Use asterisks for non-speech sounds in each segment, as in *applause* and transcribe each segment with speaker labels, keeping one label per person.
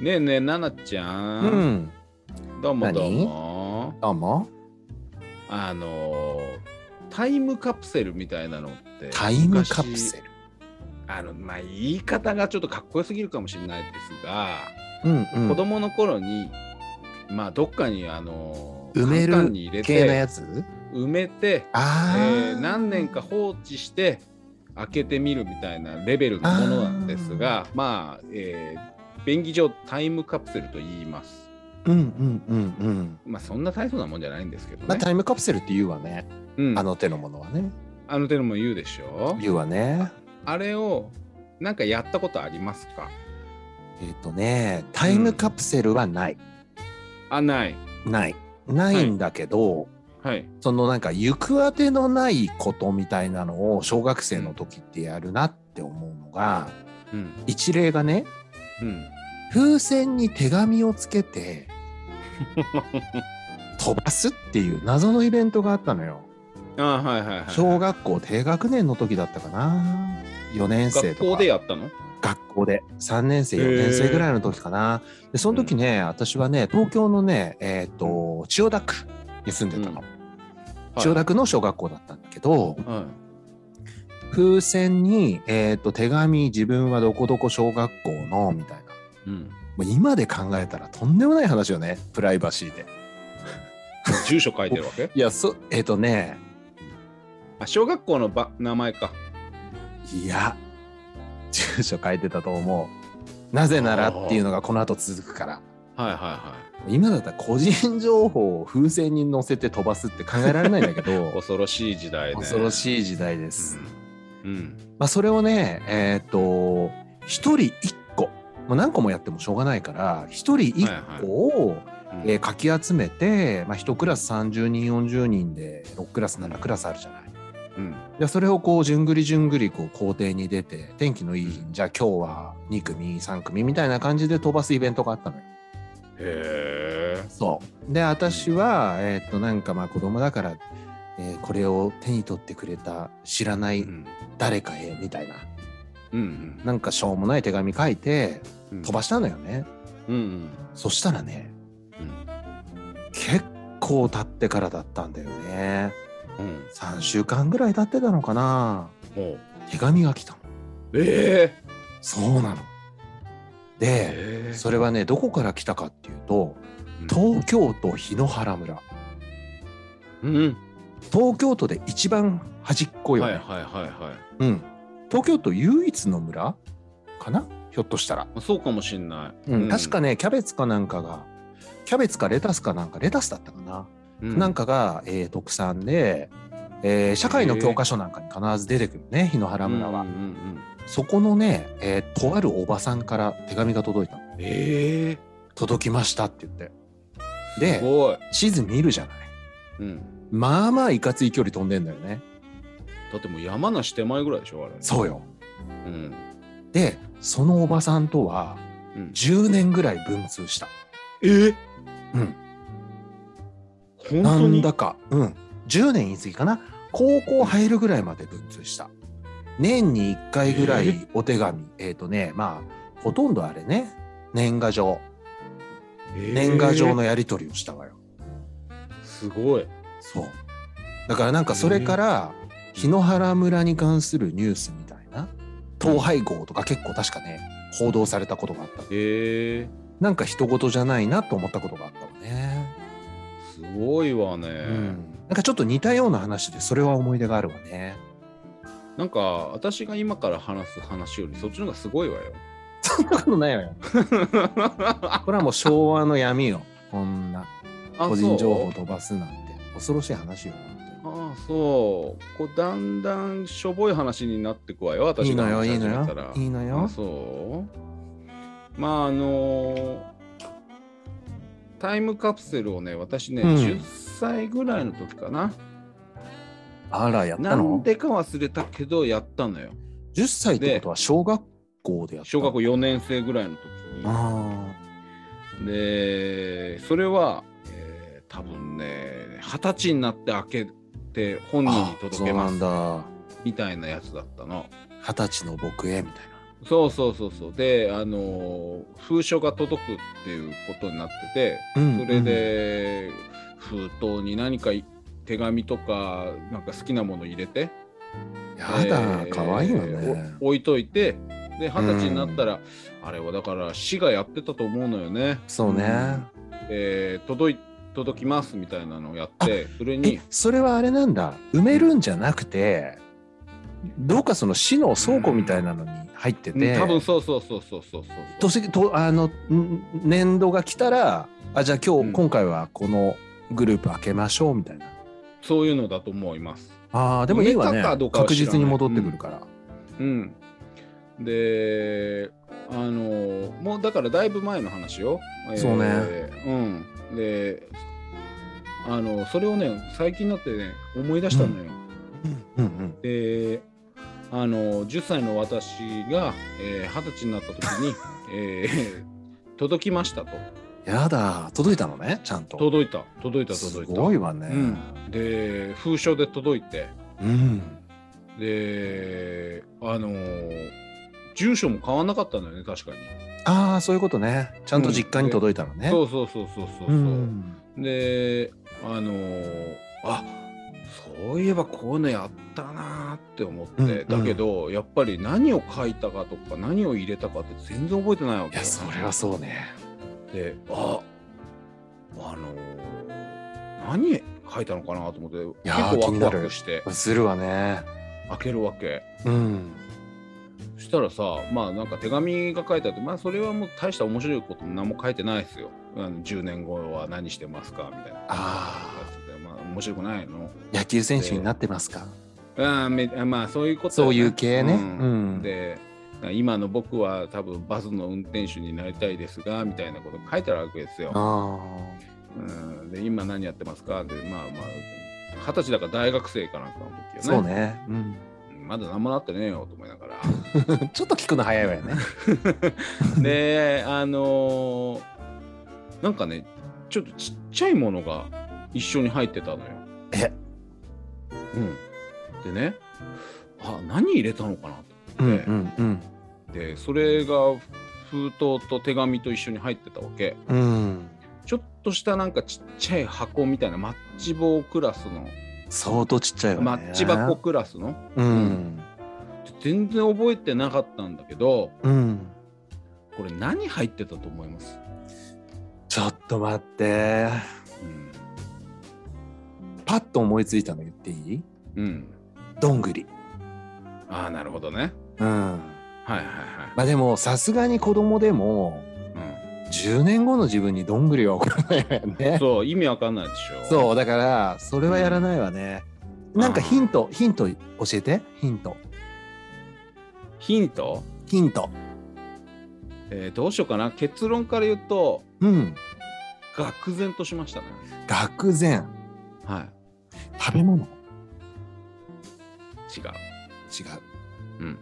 Speaker 1: ねえねえ、ななちゃ。
Speaker 2: うんん。
Speaker 1: どうもどうも。
Speaker 2: どうも。
Speaker 1: あのー、タイムカプセルみたいなのって。
Speaker 2: タイムカプセ
Speaker 1: ル。
Speaker 2: ル。
Speaker 1: あの、まあ、言い方がちょっとかっこよすぎるかもしれないですが、
Speaker 2: うん、うん。
Speaker 1: 子供の頃に、まあ、どっかに、あのー、
Speaker 2: 埋める
Speaker 1: カンカンに入れ
Speaker 2: 系の
Speaker 1: て、
Speaker 2: やつ
Speaker 1: 埋めて、え
Speaker 2: ああ、
Speaker 1: ー何年か放置して、開けてみるみたいなレベルのものなんですが、まあ、えー、便宜上タイムカプセルと言います。
Speaker 2: うんうんうんうん
Speaker 1: まあそんな大層なもんじゃないんですけどね。
Speaker 2: まあタイムカプセルって言うわね、
Speaker 1: うん、
Speaker 2: あ
Speaker 1: あの
Speaker 2: の手のものはね
Speaker 1: 手のも言うでしょ
Speaker 2: 言うわね
Speaker 1: あれをなんかやったことありますか
Speaker 2: えっ、とねタイムカプセルはない、
Speaker 1: あない。
Speaker 2: ないないんだけど、
Speaker 1: はい。
Speaker 2: そのなんか行く当てのないことみたいなのを小学生の時ってやるなって思うのが、
Speaker 1: うん。
Speaker 2: 一例がね
Speaker 1: うん。
Speaker 2: 風船に手紙をつ
Speaker 1: *laughs*
Speaker 2: けて飛ばすっていう謎のイベントがあったのよ
Speaker 1: あはいはいはい。
Speaker 2: 小学校低学年の時だったかな4年生
Speaker 1: 学
Speaker 2: と
Speaker 1: 校
Speaker 2: か
Speaker 1: でやったの
Speaker 2: 学校で3年生
Speaker 1: へー
Speaker 2: 4年生ぐらいの時かなでその時ね、私はね東京のねえっ、と千代田区に住んでたの、
Speaker 1: うんはい
Speaker 2: 千代田区の小学校だったんだけど、
Speaker 1: は。
Speaker 2: 風船に、えー、と手紙自分はどこどこ小学校のみたいない
Speaker 1: うん。
Speaker 2: もう今で考えたらとんでもない話よねプライバシーで
Speaker 1: 住所書いてるわ
Speaker 2: *laughs*
Speaker 1: け
Speaker 2: いやそえっ、とね
Speaker 1: あ小学校のば名前か。
Speaker 2: いや住所書いてたと思うなぜならっていうのがこの後続くから
Speaker 1: はいはいはい。
Speaker 2: 今だったら個人情報を風船に乗せて飛ばすって考えられないんだけ
Speaker 1: *laughs*
Speaker 2: ど
Speaker 1: 恐ろしい時代ね。
Speaker 2: 恐ろ
Speaker 1: い
Speaker 2: しい時代で、。
Speaker 1: ですうん。
Speaker 2: まあ、それをねえっ、と一人一個もう何個もやってもしょうがないから一人一個を
Speaker 1: うん
Speaker 2: えーかき集めて、まあ、1クラス30人40人で6クラス7クラスあるじゃない。
Speaker 1: うん。
Speaker 2: でそれをこう順繰り順繰りこう校庭に出て天気のいい日にじゃあ今日は2組3組みたいな感じで飛ばすイベントがあったのよ。
Speaker 1: へえ。
Speaker 2: そうで私は、えーっとなんかまあ子供だから、えーこれを手に取ってくれた知らな
Speaker 1: う
Speaker 2: い
Speaker 1: ん。
Speaker 2: 誰かへみたいな
Speaker 1: うん。
Speaker 2: なんかしょうもない手紙書いて
Speaker 1: うん。
Speaker 2: 飛ばしたのよね。
Speaker 1: うんうん。
Speaker 2: そしたらね
Speaker 1: うん。
Speaker 2: 結構経ってからだったんだよね。
Speaker 1: うん。
Speaker 2: 3週間ぐらい経ってたのかな
Speaker 1: も
Speaker 2: 手紙が来たの
Speaker 1: う。ええ。
Speaker 2: そうなので
Speaker 1: ええ
Speaker 2: それはねどこから来たかっていうと
Speaker 1: うん
Speaker 2: 東京都檜原村
Speaker 1: うん。
Speaker 2: 東京都で一番端っこよ、
Speaker 1: は
Speaker 2: ね
Speaker 1: いはいはいはい。
Speaker 2: うん、東京都唯一の村かなひょっとしたら、
Speaker 1: まあそうかもしんない。
Speaker 2: うん確か
Speaker 1: ね、
Speaker 2: ねキャベツかなんかがキャベツかレタスかなんかレタスだったかな、
Speaker 1: う
Speaker 2: なんかが、えー特産で、えー社会の教科書なんかに必ず出てくるね檜原村は。
Speaker 1: うんうんうん
Speaker 2: そこのね、えーとあるおばさんから手紙が届いたの。
Speaker 1: え
Speaker 2: 届きましたって言って。
Speaker 1: えす
Speaker 2: で、
Speaker 1: ごい。
Speaker 2: 地図見るじゃない。
Speaker 1: うん。
Speaker 2: まあまあいかつい距離飛んでんだよね。
Speaker 1: だってもう山梨手前ぐらいでしょ、あれ。
Speaker 2: そうよ。
Speaker 1: うん。
Speaker 2: で、そのおばさんとは
Speaker 1: うん、
Speaker 2: 10年ぐらい文通した。
Speaker 1: ええ
Speaker 2: うん。
Speaker 1: 本
Speaker 2: な
Speaker 1: 当
Speaker 2: ん
Speaker 1: に
Speaker 2: だか、うん。10年言い過ぎかな。高校入るぐらいまで文通した。年に1回ぐら
Speaker 1: え
Speaker 2: いお手紙。えっ、とね、まあ、ほとんどあれね、年賀状。年賀状、のやり取りをしたわよ。
Speaker 1: ええすごい。
Speaker 2: そう。だからなんかそれから檜原村に関するニュースみたいな統廃合とか結構確かね報道されたことがあった
Speaker 1: ええ
Speaker 2: なんか人事じゃないなと思ったことがあったわね、
Speaker 1: すごいわね、
Speaker 2: うん、なんかちょっと似たような話でそれは思い出があるわね
Speaker 1: なんか私が今から話す話よりそっちの方がすごいわよ。
Speaker 2: そんなことないわよ *laughs* これはもう昭和の闇よこんな
Speaker 1: あ
Speaker 2: 個人情報飛ばすなんて恐ろしい話よ本
Speaker 1: ああそうこうだんだんしょぼい話になってくわよ
Speaker 2: 当にいい
Speaker 1: 私が
Speaker 2: のよ
Speaker 1: 話し
Speaker 2: いい
Speaker 1: 始
Speaker 2: の
Speaker 1: めた
Speaker 2: よ
Speaker 1: ら
Speaker 2: いいの
Speaker 1: あ
Speaker 2: よ
Speaker 1: そうまああのータイムカプセルをね私ね、
Speaker 2: うん
Speaker 1: 10歳ぐらいの時かな
Speaker 2: あらやった
Speaker 1: なん
Speaker 2: の
Speaker 1: でか忘れたけどやったのよ
Speaker 2: 10歳ってことは小学校でやった
Speaker 1: 小学校
Speaker 2: 校
Speaker 1: 4年生ぐらいの
Speaker 2: あ
Speaker 1: 時にでそれは、えー多分ね二十歳になって開けて本
Speaker 2: あ
Speaker 1: 人に
Speaker 2: あ
Speaker 1: 届
Speaker 2: そう
Speaker 1: け
Speaker 2: な
Speaker 1: ま
Speaker 2: ん
Speaker 1: す
Speaker 2: だ
Speaker 1: みたいなやつだったの
Speaker 2: 二十歳の僕へみたい
Speaker 1: そうそうそうそうであの封書が届くっていうことになっててそれで封筒に何かい手紙とかなんか好きなもの入れて
Speaker 2: やだ
Speaker 1: えー
Speaker 2: 可愛いわね
Speaker 1: お置いといてで二十歳になったら、あれはだから市がやってたと思うのよね、
Speaker 2: そうね
Speaker 1: えー届い届きますみたいなのをやってそれ
Speaker 2: え
Speaker 1: に
Speaker 2: それはあれなんだ埋めるんじゃなくてどうかその市の倉庫みたいなのに入って
Speaker 1: うん
Speaker 2: て
Speaker 1: 多分そうそうそうそうそうそう
Speaker 2: とせとあのん年度が来たらあじゃあ今日、
Speaker 1: うん
Speaker 2: 今回はこのグループ開けましょうみたいな
Speaker 1: そういうのだと思います。
Speaker 2: あーでもいいわ
Speaker 1: 埋め
Speaker 2: ね
Speaker 1: たかどうかは
Speaker 2: 確
Speaker 1: 知らない
Speaker 2: 実に戻ってくるから、
Speaker 1: うん、であのもうだからだいぶ前の話よ。えー
Speaker 2: そうね
Speaker 1: うん、であのそれをね最近になってね思い出したのよ。
Speaker 2: うんうん
Speaker 1: であの10歳の私がえー二十、歳になった時に、えー届きましたと
Speaker 2: やだ届いたのねちゃんと
Speaker 1: 届いた届いた
Speaker 2: す
Speaker 1: 届いた。
Speaker 2: ごいわね
Speaker 1: うん、で封書で届いて
Speaker 2: うん
Speaker 1: であの住所も変わんなかったのよね確かに。
Speaker 2: ああそういうことねちゃんと実家に届いたのね、
Speaker 1: そうそうそうそうそうそうう。
Speaker 2: ん
Speaker 1: であのーあそういえばこういうのやったなーって思って、
Speaker 2: うんうん
Speaker 1: だけどやっぱり何を書いたかとか何を入れたかって全然覚えてないわ
Speaker 2: い
Speaker 1: け
Speaker 2: や
Speaker 1: よ
Speaker 2: それはそうね
Speaker 1: でああのー何書いたのかなと思って
Speaker 2: いやー
Speaker 1: 結
Speaker 2: 気
Speaker 1: 構
Speaker 2: に
Speaker 1: ワ
Speaker 2: な
Speaker 1: ク
Speaker 2: る
Speaker 1: ワクして
Speaker 2: するわね
Speaker 1: 開けるわけ
Speaker 2: うん
Speaker 1: そしたらさまあなんか手紙が書いてあってまあそれはもう大した面白いことも何も書いてないですよあの10年後は何してますかみたいな
Speaker 2: あ
Speaker 1: まあ面白くないの
Speaker 2: 野球選手になってますか
Speaker 1: あーめあまあそういうことだ
Speaker 2: そ
Speaker 1: よ
Speaker 2: う
Speaker 1: ね
Speaker 2: いう系ね、
Speaker 1: うん
Speaker 2: うん
Speaker 1: で今の僕は多分バスの運転手になりたいですがみたいなこと書いてあるわけですよ。
Speaker 2: あ
Speaker 1: うん、で今何やってますかでまあまあ二十歳だから大学生かなんかの
Speaker 2: あ
Speaker 1: 時よ
Speaker 2: そう
Speaker 1: ね
Speaker 2: ね、うん、
Speaker 1: まだ何もなってねえよと思いながら *laughs*
Speaker 2: ちょっと聞くの早いわよね
Speaker 1: であのーなんかねちょっとちっちゃいものが一緒に入ってたのよ。
Speaker 2: え
Speaker 1: うん、でねあ何入れたのかなと。
Speaker 2: うん
Speaker 1: ね
Speaker 2: うん
Speaker 1: でそれが封筒と手紙と一緒に入ってたわけ
Speaker 2: うんうん
Speaker 1: ちょっとしたなんかちっちゃい箱みたいなマッチ棒クラスの、
Speaker 2: 相当ちっちゃいわね
Speaker 1: マッチ箱クラスの
Speaker 2: うん
Speaker 1: 全然覚えてなかったんだけど
Speaker 2: うん
Speaker 1: これ何入ってたと思います、
Speaker 2: ちょっと待って
Speaker 1: うん
Speaker 2: パッと思いついたの言っていい
Speaker 1: うん、
Speaker 2: どんぐり
Speaker 1: ああなるほどね
Speaker 2: うん
Speaker 1: はいはい
Speaker 2: まあでもさすがに子供でも
Speaker 1: はい、
Speaker 2: 10年後の自分にどんぐりは送らないわよ
Speaker 1: うん、
Speaker 2: *laughs* ね
Speaker 1: そう意味わかんないでしょ
Speaker 2: そうだからそれはやらないわね、
Speaker 1: うん
Speaker 2: なんかヒントヒント教えてヒント
Speaker 1: ヒント、
Speaker 2: ヒント
Speaker 1: えーどうしようかな結論から言うと
Speaker 2: うん
Speaker 1: 愕然としましたね
Speaker 2: 愕然
Speaker 1: は
Speaker 2: 食べ物違う
Speaker 1: い違ううん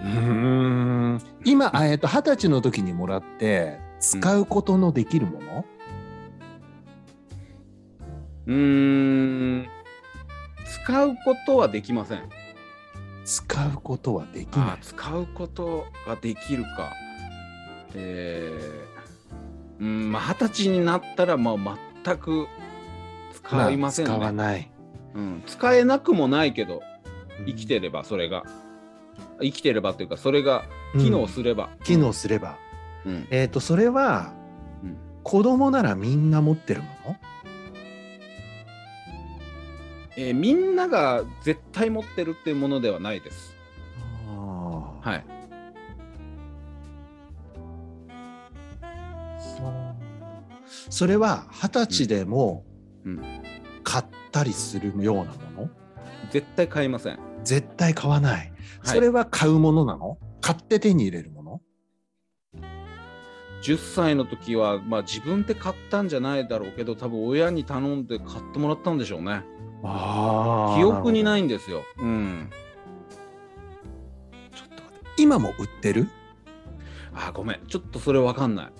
Speaker 2: うんん今あえっと二十歳の時にもらって使うことのできるもの、
Speaker 1: うーん使うことはできません。
Speaker 2: 使うことはでき
Speaker 1: あ
Speaker 2: ない
Speaker 1: ー使うことができるか。えー、うん、まあ二十歳になったら、まあ、全く使いませんね、
Speaker 2: 使わない
Speaker 1: うん。使えなくもないけど、生きてればそれが。生きてればというか、それが機能
Speaker 2: る、
Speaker 1: すれば。
Speaker 2: 機能すれば
Speaker 1: うん
Speaker 2: えっ、とそれは
Speaker 1: うん
Speaker 2: 子供ならみんな持ってるもの
Speaker 1: えーみんなが絶対持ってるっていうものではないです。
Speaker 2: あ
Speaker 1: はい。
Speaker 2: そうそれは二十歳でも
Speaker 1: うん
Speaker 2: 買ったりするようなもの
Speaker 1: 絶対買いません。
Speaker 2: 絶対買わない、
Speaker 1: はい
Speaker 2: それは買うものなの買って手に入れるもの
Speaker 1: 10歳の時は、まあ、自分で買ったんじゃないだろうけど多分親に頼んで買ってもらったんでしょうね
Speaker 2: あ
Speaker 1: 記憶に
Speaker 2: い
Speaker 1: ないんですよ、うん、
Speaker 2: ちょっと待って今も売ってる
Speaker 1: あーごめんちょっとそれわかんない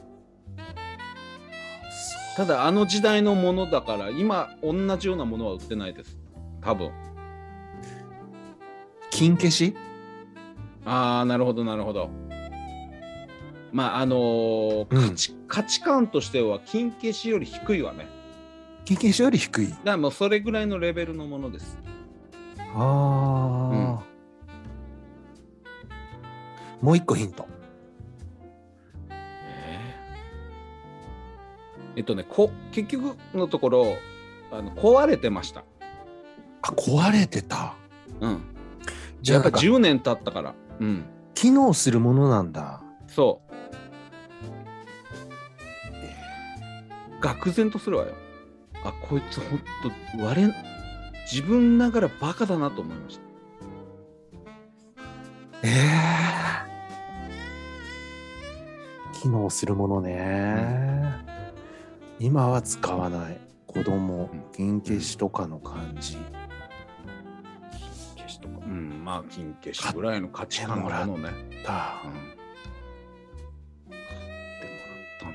Speaker 1: ただあの時代のものだから今同じようなものは売ってないです多分
Speaker 2: 金消し
Speaker 1: あああなるほどなるほど。まああのー
Speaker 2: う
Speaker 1: 価
Speaker 2: ん
Speaker 1: 値価値観としては金消しより低いわね。
Speaker 2: 経験者より低い。
Speaker 1: だからもうそれぐらいのレベルのものです。
Speaker 2: ああ、もう一個ヒント。
Speaker 1: えっとねこ結局のところあの壊れてました。
Speaker 2: あ、壊れてた。
Speaker 1: うん。
Speaker 2: じ
Speaker 1: や
Speaker 2: ゃあ
Speaker 1: っぱ
Speaker 2: なんか
Speaker 1: 10年経ったから。うん。
Speaker 2: 機能するものなんだ。
Speaker 1: そう。愕然とするわよ。あこいつほんと割れん自分ながらバカだなと思いました。
Speaker 2: ええ機能するものね、今は使わない。子供
Speaker 1: うん、
Speaker 2: 銀消しとかの感じ。
Speaker 1: 消しとか。うんまあ金消しぐらいの価値観
Speaker 2: 買
Speaker 1: な
Speaker 2: って
Speaker 1: のね。
Speaker 2: だ
Speaker 1: うん。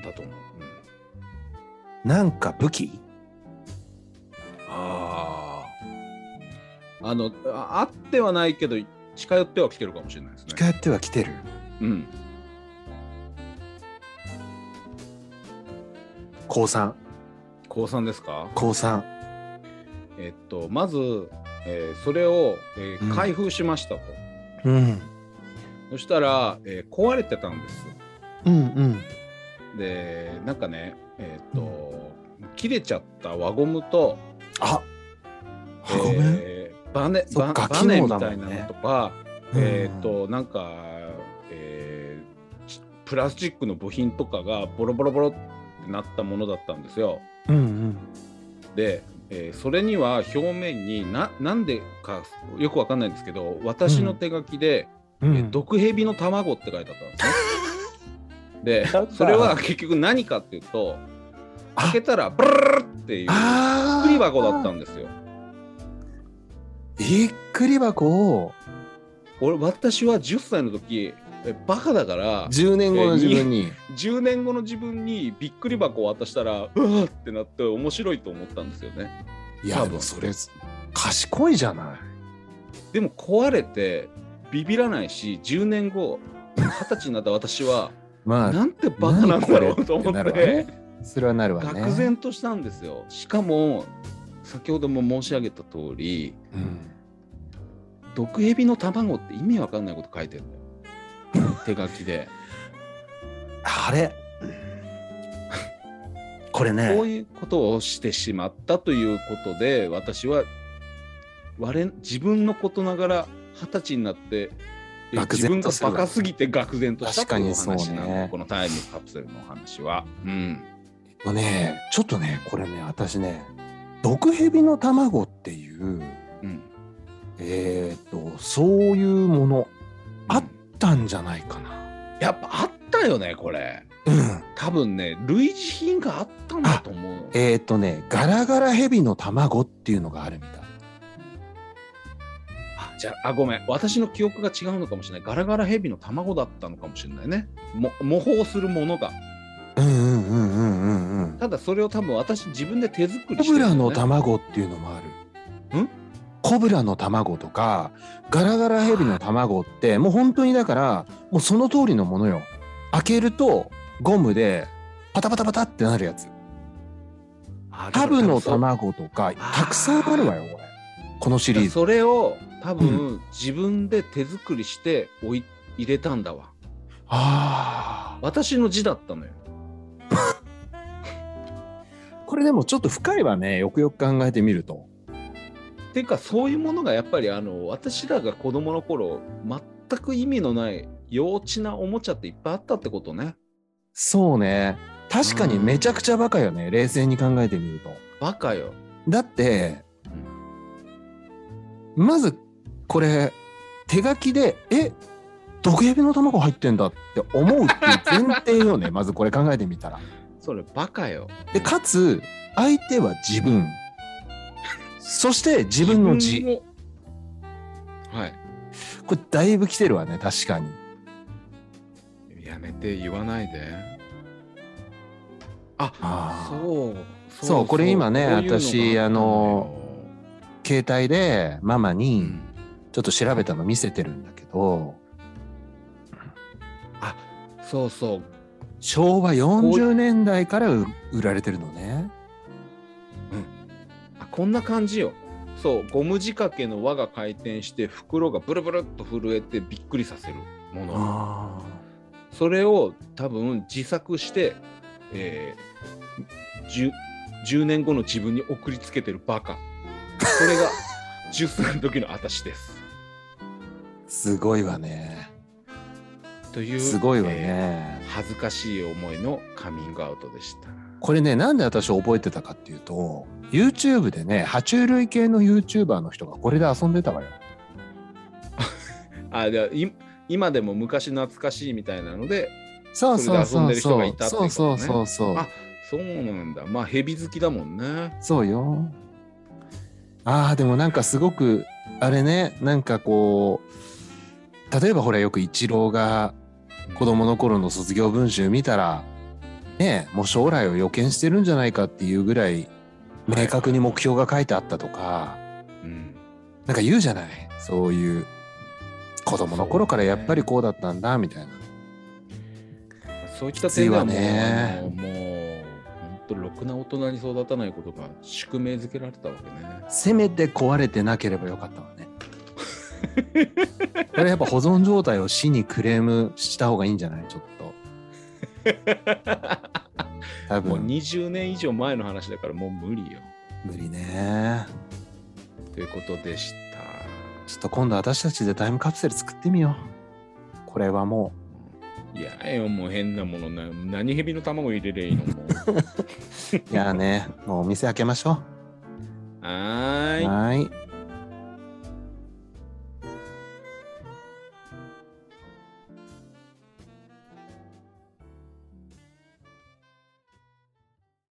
Speaker 1: 買ってもらったんだと思う。うん、
Speaker 2: なんか武器
Speaker 1: ああ。あのああってはないけど近寄っては来てるかもしれないですね。
Speaker 2: 近寄っては来てる。
Speaker 1: うん。
Speaker 2: 高三、
Speaker 1: 高三ですか？
Speaker 2: 高三。
Speaker 1: えっと、まず、えーそれを、えー
Speaker 2: うん
Speaker 1: 開封しましたと、
Speaker 2: うん。
Speaker 1: そしたら、えー壊れてたんです
Speaker 2: うんうん。
Speaker 1: でなんかねえっと、切れちゃった輪ゴムと、
Speaker 2: あ、
Speaker 1: え
Speaker 2: ごめん。
Speaker 1: ーバネ
Speaker 2: そ
Speaker 1: バ
Speaker 2: っか
Speaker 1: バネ
Speaker 2: 機
Speaker 1: み
Speaker 2: 能だ
Speaker 1: た
Speaker 2: も
Speaker 1: い
Speaker 2: んね
Speaker 1: なのとか、えっとなんか、えーちプラスチックの部品とかがボロボロボロってなったものだったんですよ
Speaker 2: うんうん。
Speaker 1: で、えーそれには表面にななんでかよくわかんないんですけど私の手書きで、
Speaker 2: うん
Speaker 1: え毒蛇の卵って書いてあった
Speaker 2: *laughs*
Speaker 1: んです
Speaker 2: な
Speaker 1: ね。
Speaker 2: ん
Speaker 1: で、
Speaker 2: だ
Speaker 1: それは結局何かっていうと、
Speaker 2: あ
Speaker 1: 開けたらブルルルっていう
Speaker 2: あー
Speaker 1: 栗箱だったんですよ。
Speaker 2: びっくり箱を
Speaker 1: 俺、私は10歳の時、えバカだから、
Speaker 2: 10年後の自分に、
Speaker 1: 10年後の自分にびっくり箱を渡したら、うわーってなって面白いと思ったんですよね。多
Speaker 2: いや
Speaker 1: 分
Speaker 2: でもそれ賢いじゃない
Speaker 1: でも壊れて、ビビらないし、10年後、二十歳になった私
Speaker 2: *laughs*
Speaker 1: は、
Speaker 2: まあ
Speaker 1: なんてバカなんだろうと思
Speaker 2: な
Speaker 1: っ
Speaker 2: るわ
Speaker 1: て
Speaker 2: ね。それはなるわね
Speaker 1: 愕然としたんですよ。しかも先ほども申し上げた通り
Speaker 2: うん
Speaker 1: 毒蛇の卵って意味わかんないこと書いてるんだよ手書きで
Speaker 2: あれこれ
Speaker 1: こう
Speaker 2: ね
Speaker 1: いうことをしてしまったということで私は我自分のことながら二十歳になってえ
Speaker 2: 愕
Speaker 1: 自分
Speaker 2: 然
Speaker 1: が
Speaker 2: とする
Speaker 1: バカすぎて愕然としたというお
Speaker 2: 確かに
Speaker 1: 話
Speaker 2: そうね
Speaker 1: なんで、このタイムカプセルのお話は。うん、
Speaker 2: もうねちょっとねこれね私ね毒蛇の卵っていう
Speaker 1: うん、
Speaker 2: えー、とそういうものあ
Speaker 1: うん
Speaker 2: ったんじゃないかな
Speaker 1: やっぱあったよねこれ
Speaker 2: うん
Speaker 1: 多分ね類似品があったんだと思う。
Speaker 2: えー、とねガラガラ蛇の卵っていうのがあるみたい
Speaker 1: あじゃああごめん私の記憶が違うのかもしれないガラガラヘビの卵だったのかもしれないねも模倣するものが
Speaker 2: うんうんうんうんうんうん
Speaker 1: ただそれを多分私自分で手作り
Speaker 2: コ
Speaker 1: してる
Speaker 2: ブ
Speaker 1: んだよ
Speaker 2: ラ
Speaker 1: ね
Speaker 2: の卵っていうのもある。
Speaker 1: ん
Speaker 2: コブラの卵とかガラガラヘビの卵ってもう本当にだからもうその通りのものよ。開けるとゴムでパタパタパタってなるやつ。
Speaker 1: あだ
Speaker 2: タ
Speaker 1: から
Speaker 2: ブの
Speaker 1: 多分
Speaker 2: 卵とか
Speaker 1: あー
Speaker 2: たくさんあるわよこれ。このシ
Speaker 1: そ
Speaker 2: リーズ。
Speaker 1: それを多分自分で手作りしておい入れたんだわ
Speaker 2: あ
Speaker 1: 私の字だったのよ
Speaker 2: あ。これでもちょっと深いわねよくよく考えてみると。
Speaker 1: ていうかそういうものがやっぱりあの私らが子供の頃全く意味のない幼稚なおもちゃっていっぱいあったってことね
Speaker 2: そうね。確かにめちゃくちゃバカよね冷静に考えてみると。
Speaker 1: バカよ
Speaker 2: だって、まずこれ手書きで「え毒蛇の卵入ってんだ」って思うっていう前提よ *laughs* ねまずこれ考えてみたら。
Speaker 1: それバカよ
Speaker 2: でかつ相手は自分そして自分の字
Speaker 1: 自分をはい
Speaker 2: これだいぶ来てるわね確かに。
Speaker 1: やめて言わないで。あ
Speaker 2: あー
Speaker 1: そう
Speaker 2: そうこれ今
Speaker 1: こ
Speaker 2: ね
Speaker 1: ういうが
Speaker 2: 私あの携帯でママ
Speaker 1: う
Speaker 2: に
Speaker 1: ん
Speaker 2: ちょっと調べたの見せてるんだけど、
Speaker 1: あそうそう
Speaker 2: 昭和40年代から売売られてるのね。
Speaker 1: あこんな感じよそうゴム仕掛けの輪が回転して袋がブルブルっと震えてびっくりさせるもの
Speaker 2: あ
Speaker 1: それを多分自作して、えー 10, 10年後の自分に送りつけてるバカそ
Speaker 2: *laughs*
Speaker 1: れが10歳の時の私です
Speaker 2: あすごいわね。
Speaker 1: という
Speaker 2: すごいわ
Speaker 1: え
Speaker 2: ね
Speaker 1: ー。恥ずかしい思いのカミングアウトでした
Speaker 2: これねなんで私覚えてたかっていうと YouTube でね爬虫類系の YouTuber の人がこれで遊んでたわよ。
Speaker 1: あでい今でも昔懐かしいみたいなので
Speaker 2: そうそう
Speaker 1: それで遊んで
Speaker 2: そう
Speaker 1: る人
Speaker 2: そ
Speaker 1: が
Speaker 2: う
Speaker 1: いたってこ
Speaker 2: そ
Speaker 1: と
Speaker 2: う
Speaker 1: ね
Speaker 2: そうそうそう
Speaker 1: あそうなんだまあ蛇好きだもんね
Speaker 2: そうよ。ああでもなんかすごくあれねなんかこう例えばほらよくイチローが子供の頃の卒業文集見たらねえもう将来を予見してるんじゃないかっていうぐらい明確に目標が書いてあったとか
Speaker 1: うん
Speaker 2: なんか言うじゃないそういう子供の頃からやっぱりこうだったんだみたいな。
Speaker 1: そういった点ではもう、
Speaker 2: きついわね
Speaker 1: あのもう本当ろくな大人に育たないことが宿命づけられたわけね。
Speaker 2: せめて壊れてなければよかったわ
Speaker 1: *laughs*
Speaker 2: ね。これやっぱ保存状態を死にクレームした方がいいんじゃないちょっ
Speaker 1: *laughs*
Speaker 2: と。多
Speaker 1: もう
Speaker 2: 分
Speaker 1: 20年以上前の話だからもう無理よ。
Speaker 2: 無理ね。
Speaker 1: ということでした。
Speaker 2: ちょっと今度私たちでタイムカプセル作ってみよう。これはも
Speaker 1: いやよ、もう変なものな。何蛇の卵入れればいいのもう *laughs*
Speaker 2: う、いやね、もうお店開けましょ
Speaker 1: はー
Speaker 2: う。
Speaker 1: い。
Speaker 2: はーい。